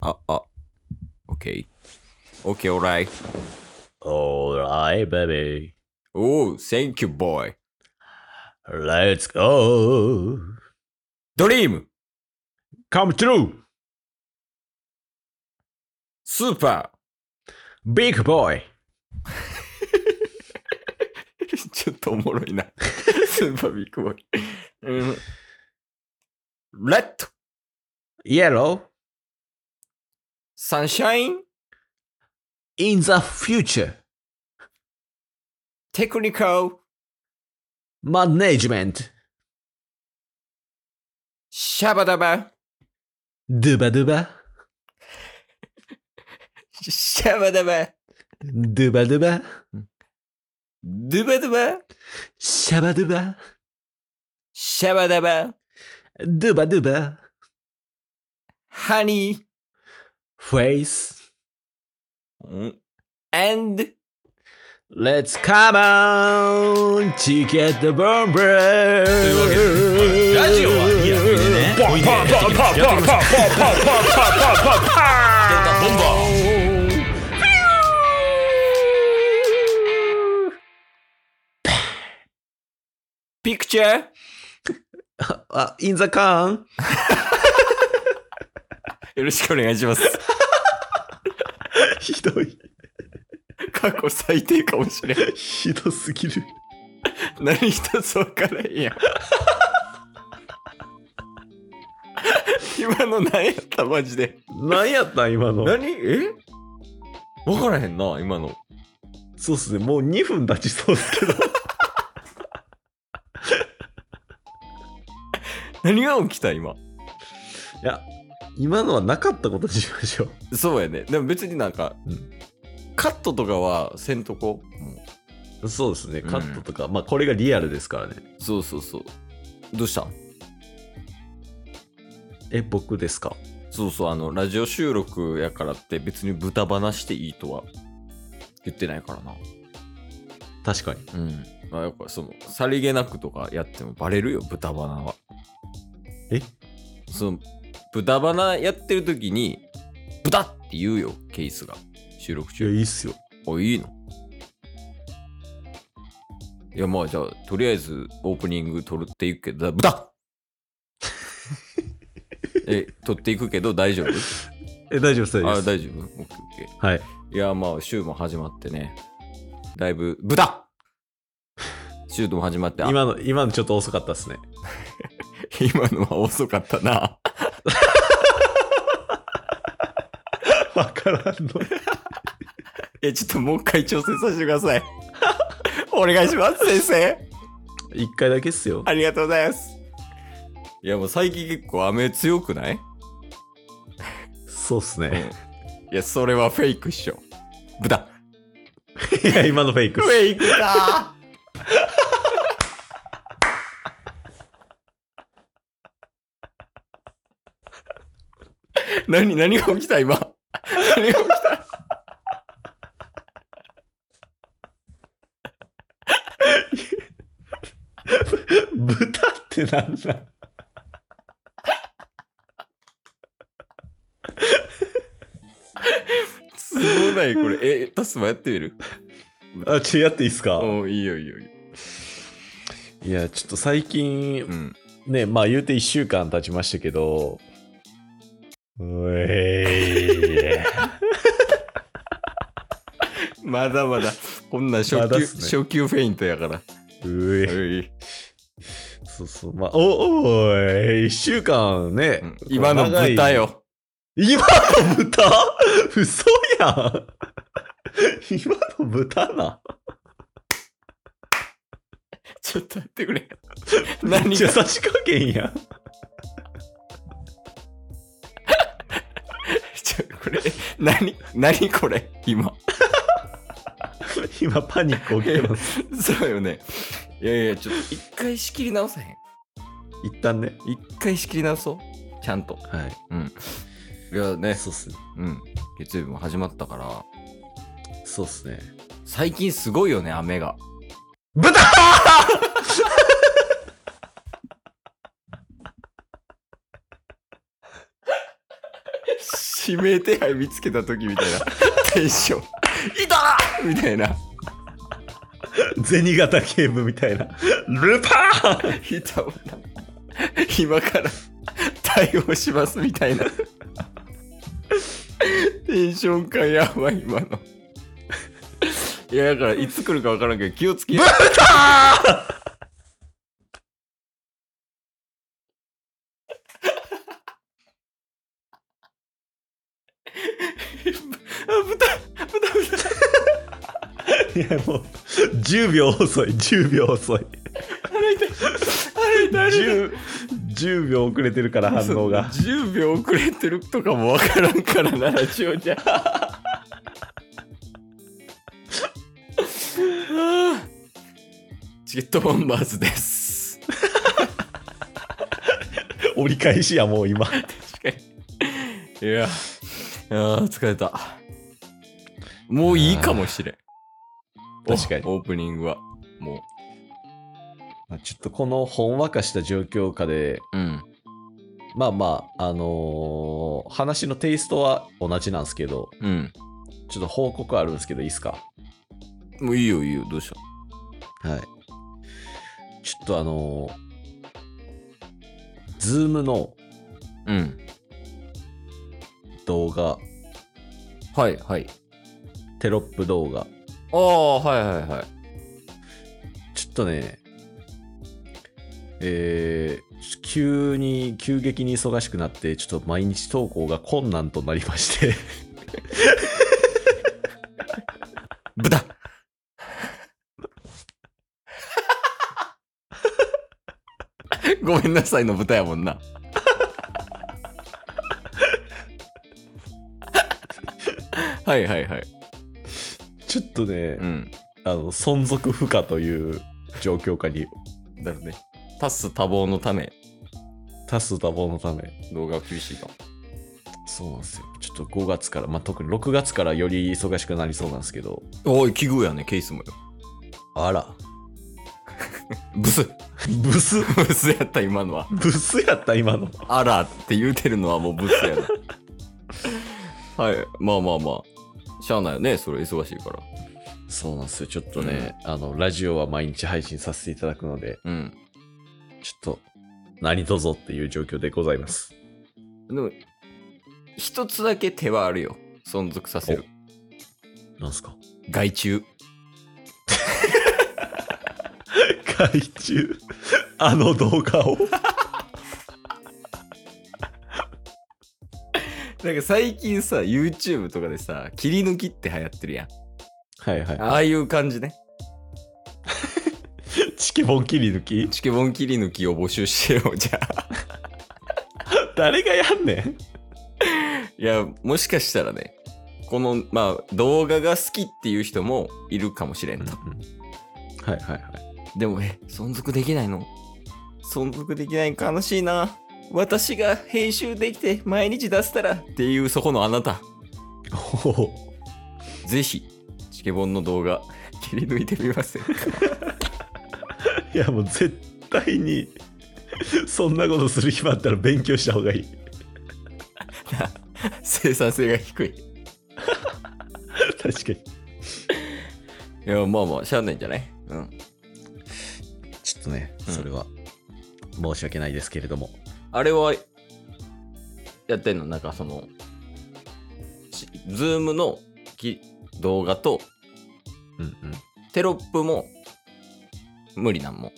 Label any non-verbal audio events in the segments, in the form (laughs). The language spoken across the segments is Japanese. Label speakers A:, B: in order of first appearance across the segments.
A: あ、あ、OK。OK, uh. alright.
B: Alright, baby.
A: Oh, thank you, boy.
B: Let's go.
A: ドリーム
B: Come through,
A: スーパ
B: big
A: ー
B: boy.
A: (laughs) ちょっとおもろいな。 (laughs) スーパービッグボーイ。 (laughs) うん、レッド
B: Yellow.
A: サンシャイン
B: In the future.
A: テクニカル
B: Management.
A: シャバダバ
B: Duba duba.
A: シャバダバ
B: Duba duba.
A: ドゥバドゥバ
B: Shaba duba.
A: シャバダバ
B: Duba duba.
A: ハニ
B: Face.
A: ー and
B: Let's come on. Ticket the bomb.
C: というわけで、ラジオはいいや、
B: (laughs)
C: ね、おいで、やっていきましょう。ボンバー
A: ピクチャー
B: Uh, in the can.
A: よろしくお願いします。
B: (laughs) ひどい。
A: 過去最低かもしれん。
B: (laughs) ひどすぎる。
A: 何一つわからんやん。今の何やったマジで。
B: 何やったん今の。
A: 何えわからへんな、今の。
B: そうっすね。もう2分経ちそうっ (laughs) すけど。
A: 何が起きた今。
B: いや、今のはなかったことにしましょう。
A: そうやね。でも別になんか、
B: うん
A: カットとかはせんとこ。もう
B: そうですね。
A: うん
B: カットとか、まあこれがリアルですからね。
A: そうそうそう。どうしたん
B: え、僕ですか
A: そうそう、あの、ラジオ収録やからって別に豚話していいとは言ってないからな。
B: 確かに。
A: うん。まあ、やっぱその、さりげなくとかやってもバレるよ、豚鼻は。
B: え
A: その、豚鼻やってる時に、豚って言うよ、ケースが。収録
B: いや、い
A: 中。
B: いっすよ。
A: お、いいのいや、まあ、じゃあ、とりあえず、オープニング撮るっていくけど、 (laughs) 豚え、撮っていくけど大丈夫
B: え、大丈夫です、
A: あ
B: 大丈夫で
A: 大丈夫オッケーオッケ
B: す。はい。
A: ー。いや、まあ、週も始まってね。だいぶ、豚週も始まって、あ
B: 今の、今のちょっと遅かったですね。
A: 今のは遅かったな。
B: わからんの。
A: (laughs) え、ちょっともう一回挑戦させてください。 (laughs) お願いします、先生。
B: 一回だけっすよ。
A: ありがとうございます。いや、もう最近結構雨強くない
B: そうっすね。
A: いや、それはフェイクっしょ。豚。
B: (laughs) いや、今のフェイクっす。
A: ェイクだ (laughs) 何何が起きた今何が起きた
B: 豚ってなんだ
A: すごないこれえタスもやってみる
B: あ、ちょ、やっていいっすか
A: おいいよいいよいいよ
B: いや、ちょっと最近、
A: うん
B: ねまあ言うて1週間経ちましたけどう
A: (laughs)
B: え
A: まだまだこんなん初級、
B: まだっすね
A: 初級フェイントやから
B: いうえ
A: おい
B: いそうそうまあおおい1週間ね、
A: うん今の豚よ
B: 今の豚 (laughs) 嘘やん今の豚な
A: ちょっと待ってくれ
B: め
A: 何
B: っちゃ
A: が
B: 差し加減やん
A: ちょこれ何何これ今
B: 今パニック起きてます
A: (laughs) そうよね。いやいや、ちょっと一回仕切り直さへん。
B: 一旦ね
A: 一回仕切り直そう。ちゃんと。
B: はい
A: いやね、
B: そうっすね
A: うん。月曜日も始まったから、
B: そうっすね
A: 最近すごいよね、雨が。
B: 豚
A: (laughs) 指名手配見つけた時みたいなテン
B: (laughs)
A: ション「いた!」みたいな
B: 銭形警部みたいな。ルパン
A: 「いたわ今から対応します」みたいなテンション感やばい今のいやだからいつ来るか分からんけど気をつけ (laughs)
B: いやもう、10秒遅い、10秒遅い。10, 10秒遅れてるから反応が。
A: 10秒遅れてるとかもわからんからなラジオじゃ (laughs) チケットボンバーズです
B: 折り返しやもう今。
A: 確かにいやあー疲れたもういいかもしれん
B: 確かに。
A: オープニングはも
B: まあちょっとこのほんわかした状況下で、
A: ううん
B: まあまあ、あのー話のテイストは同じなんですけど、
A: うん
B: ちょっと報告あるんですけど、いいっすか
A: もういいよいいよどうした
B: はい。ちょっとあのー、ズームの
A: うん
B: 動画、
A: はいはい
B: テロップ動画、
A: ああはいはいはい
B: ちょっとね、えー、急に、急激に忙しくなって、ちょっと毎日投稿が困難となりまして、 (laughs)
A: 豚 (laughs) ごめんなさいの豚やもんな。はいはいはい。
B: ちょっとね、
A: うん。
B: あの、存続不可という状況下に、
A: だろうね。多す多忙のため、
B: 多数多忙のため、
A: 動画は厳しいかも。
B: そうなんですよ。ちょっと5月から、まあ、特に6月からより忙しくなりそうなんですけど、
A: おい、奇遇やね、ケースもよ。
B: あら、
A: ブス。
B: ブス、
A: ブスやった、今のは。
B: ブスやった、今の。
A: あらって言うてるのはもうブスやな。 (laughs) はい。まあまあまあ。しゃあないよね、それ忙しいから。
B: そうなんですよ。ちょっとね、あの、ラジオは毎日配信させていただくので、
A: うん。
B: ちょっと、何とぞっていう状況でございます。
A: でも、一つだけ手はあるよ。存続させる。
B: なんすか (laughs)
A: 害虫。
B: 海中、あの動画を。
A: なんか最近さ、YouTube とかでさ、切り抜きって流行ってるやん。
B: はいは
A: ああいう感じね。
B: い。チケボン切り抜き
A: チケボン切り抜きを募集してよ、じゃあ。
B: 誰がやんねん
A: いや、もしかしたらね、この、まあ、動画が好きっていう人もいるかもしれんと。
B: はいはいはい。
A: でも、え、存続できないの存続できないの悲しいな。私が編集できて毎日出せたらっていうそこのあなた。
B: おお。
A: ぜひ、チケボンの動画、 (laughs) 切り抜いてみません (laughs) か
B: いやもう絶対に、そんなことする暇あったら勉強した方がいい。
A: 生産性が低い。
B: 確かに。
A: いや、まあまあ、しゃあないんじゃないうん。
B: ちょっとね、
A: うん
B: それは、申し訳ないですけれども。
A: あれは、やってんのなんかその、しズームのき動画と
B: うんうん。
A: テロップも無理なんもん。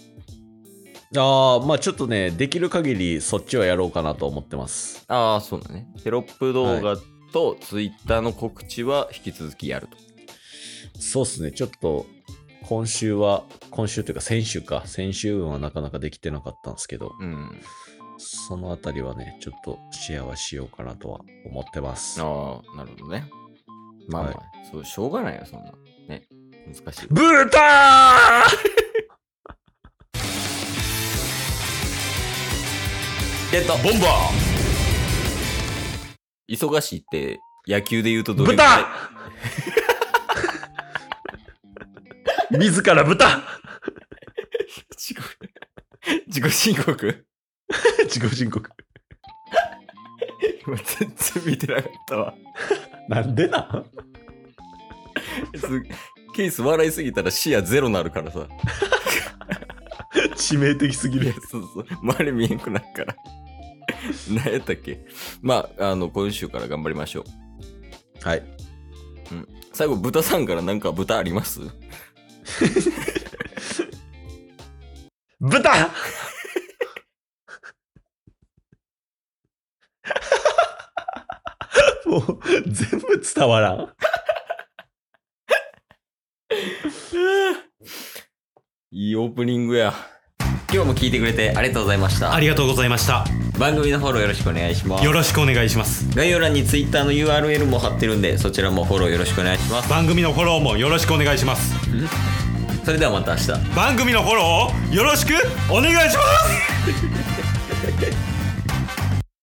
B: ああ、まあちょっとね、できる限りそっちはやろうかなと思ってます。
A: ああ、そうだね。テロップ動画とツイッターの告知は引き続きやると。
B: そうっすね、ちょっと、今週は、今週というか先週か、先週分はなかなかできてなかったんですけど、
A: うん。
B: そのあたりはね、ちょっとシェアはしようかなとは思ってます。
A: ああ、なるほどね。まあまあ、
B: は
A: そう、しょうがないよ、そんな。ね。難しい。
B: ブータ
A: ゲット
C: ボンバ
A: 忙しいって野球で言うと
B: ー
A: どれぐらい
B: 豚自ら
C: (laughs)
B: 豚
A: 自己自己申告
C: (laughs)
B: 自己申告。
A: 全然見てなかったわ。
B: なんでな
A: すケース笑いすぎたら視野ゼロなるからさ。
B: 致命的すぎ
A: いや
B: る。
A: そうそう。周り見えんくなるから。何やったっけまあ、あの、今週から頑張りましょう。
B: はい。
A: 最後、豚さんからなんか豚あります
B: 豚もう (laughs) 全部伝わらん。
A: いいオープニングや。今日も聞いてくれてありがとうございました
C: あ。りがとうございました。
A: 番組のフォローよろしくお願いします
C: よ。ろしくお願いします。
A: 概要欄に Twitter の URL も貼ってるんで、そちらもフォローよろしくお願いします。
C: 番組のフォローもよろしくお願いします。
A: それではまた明日。
C: 番組のフォローをよろしくお願いします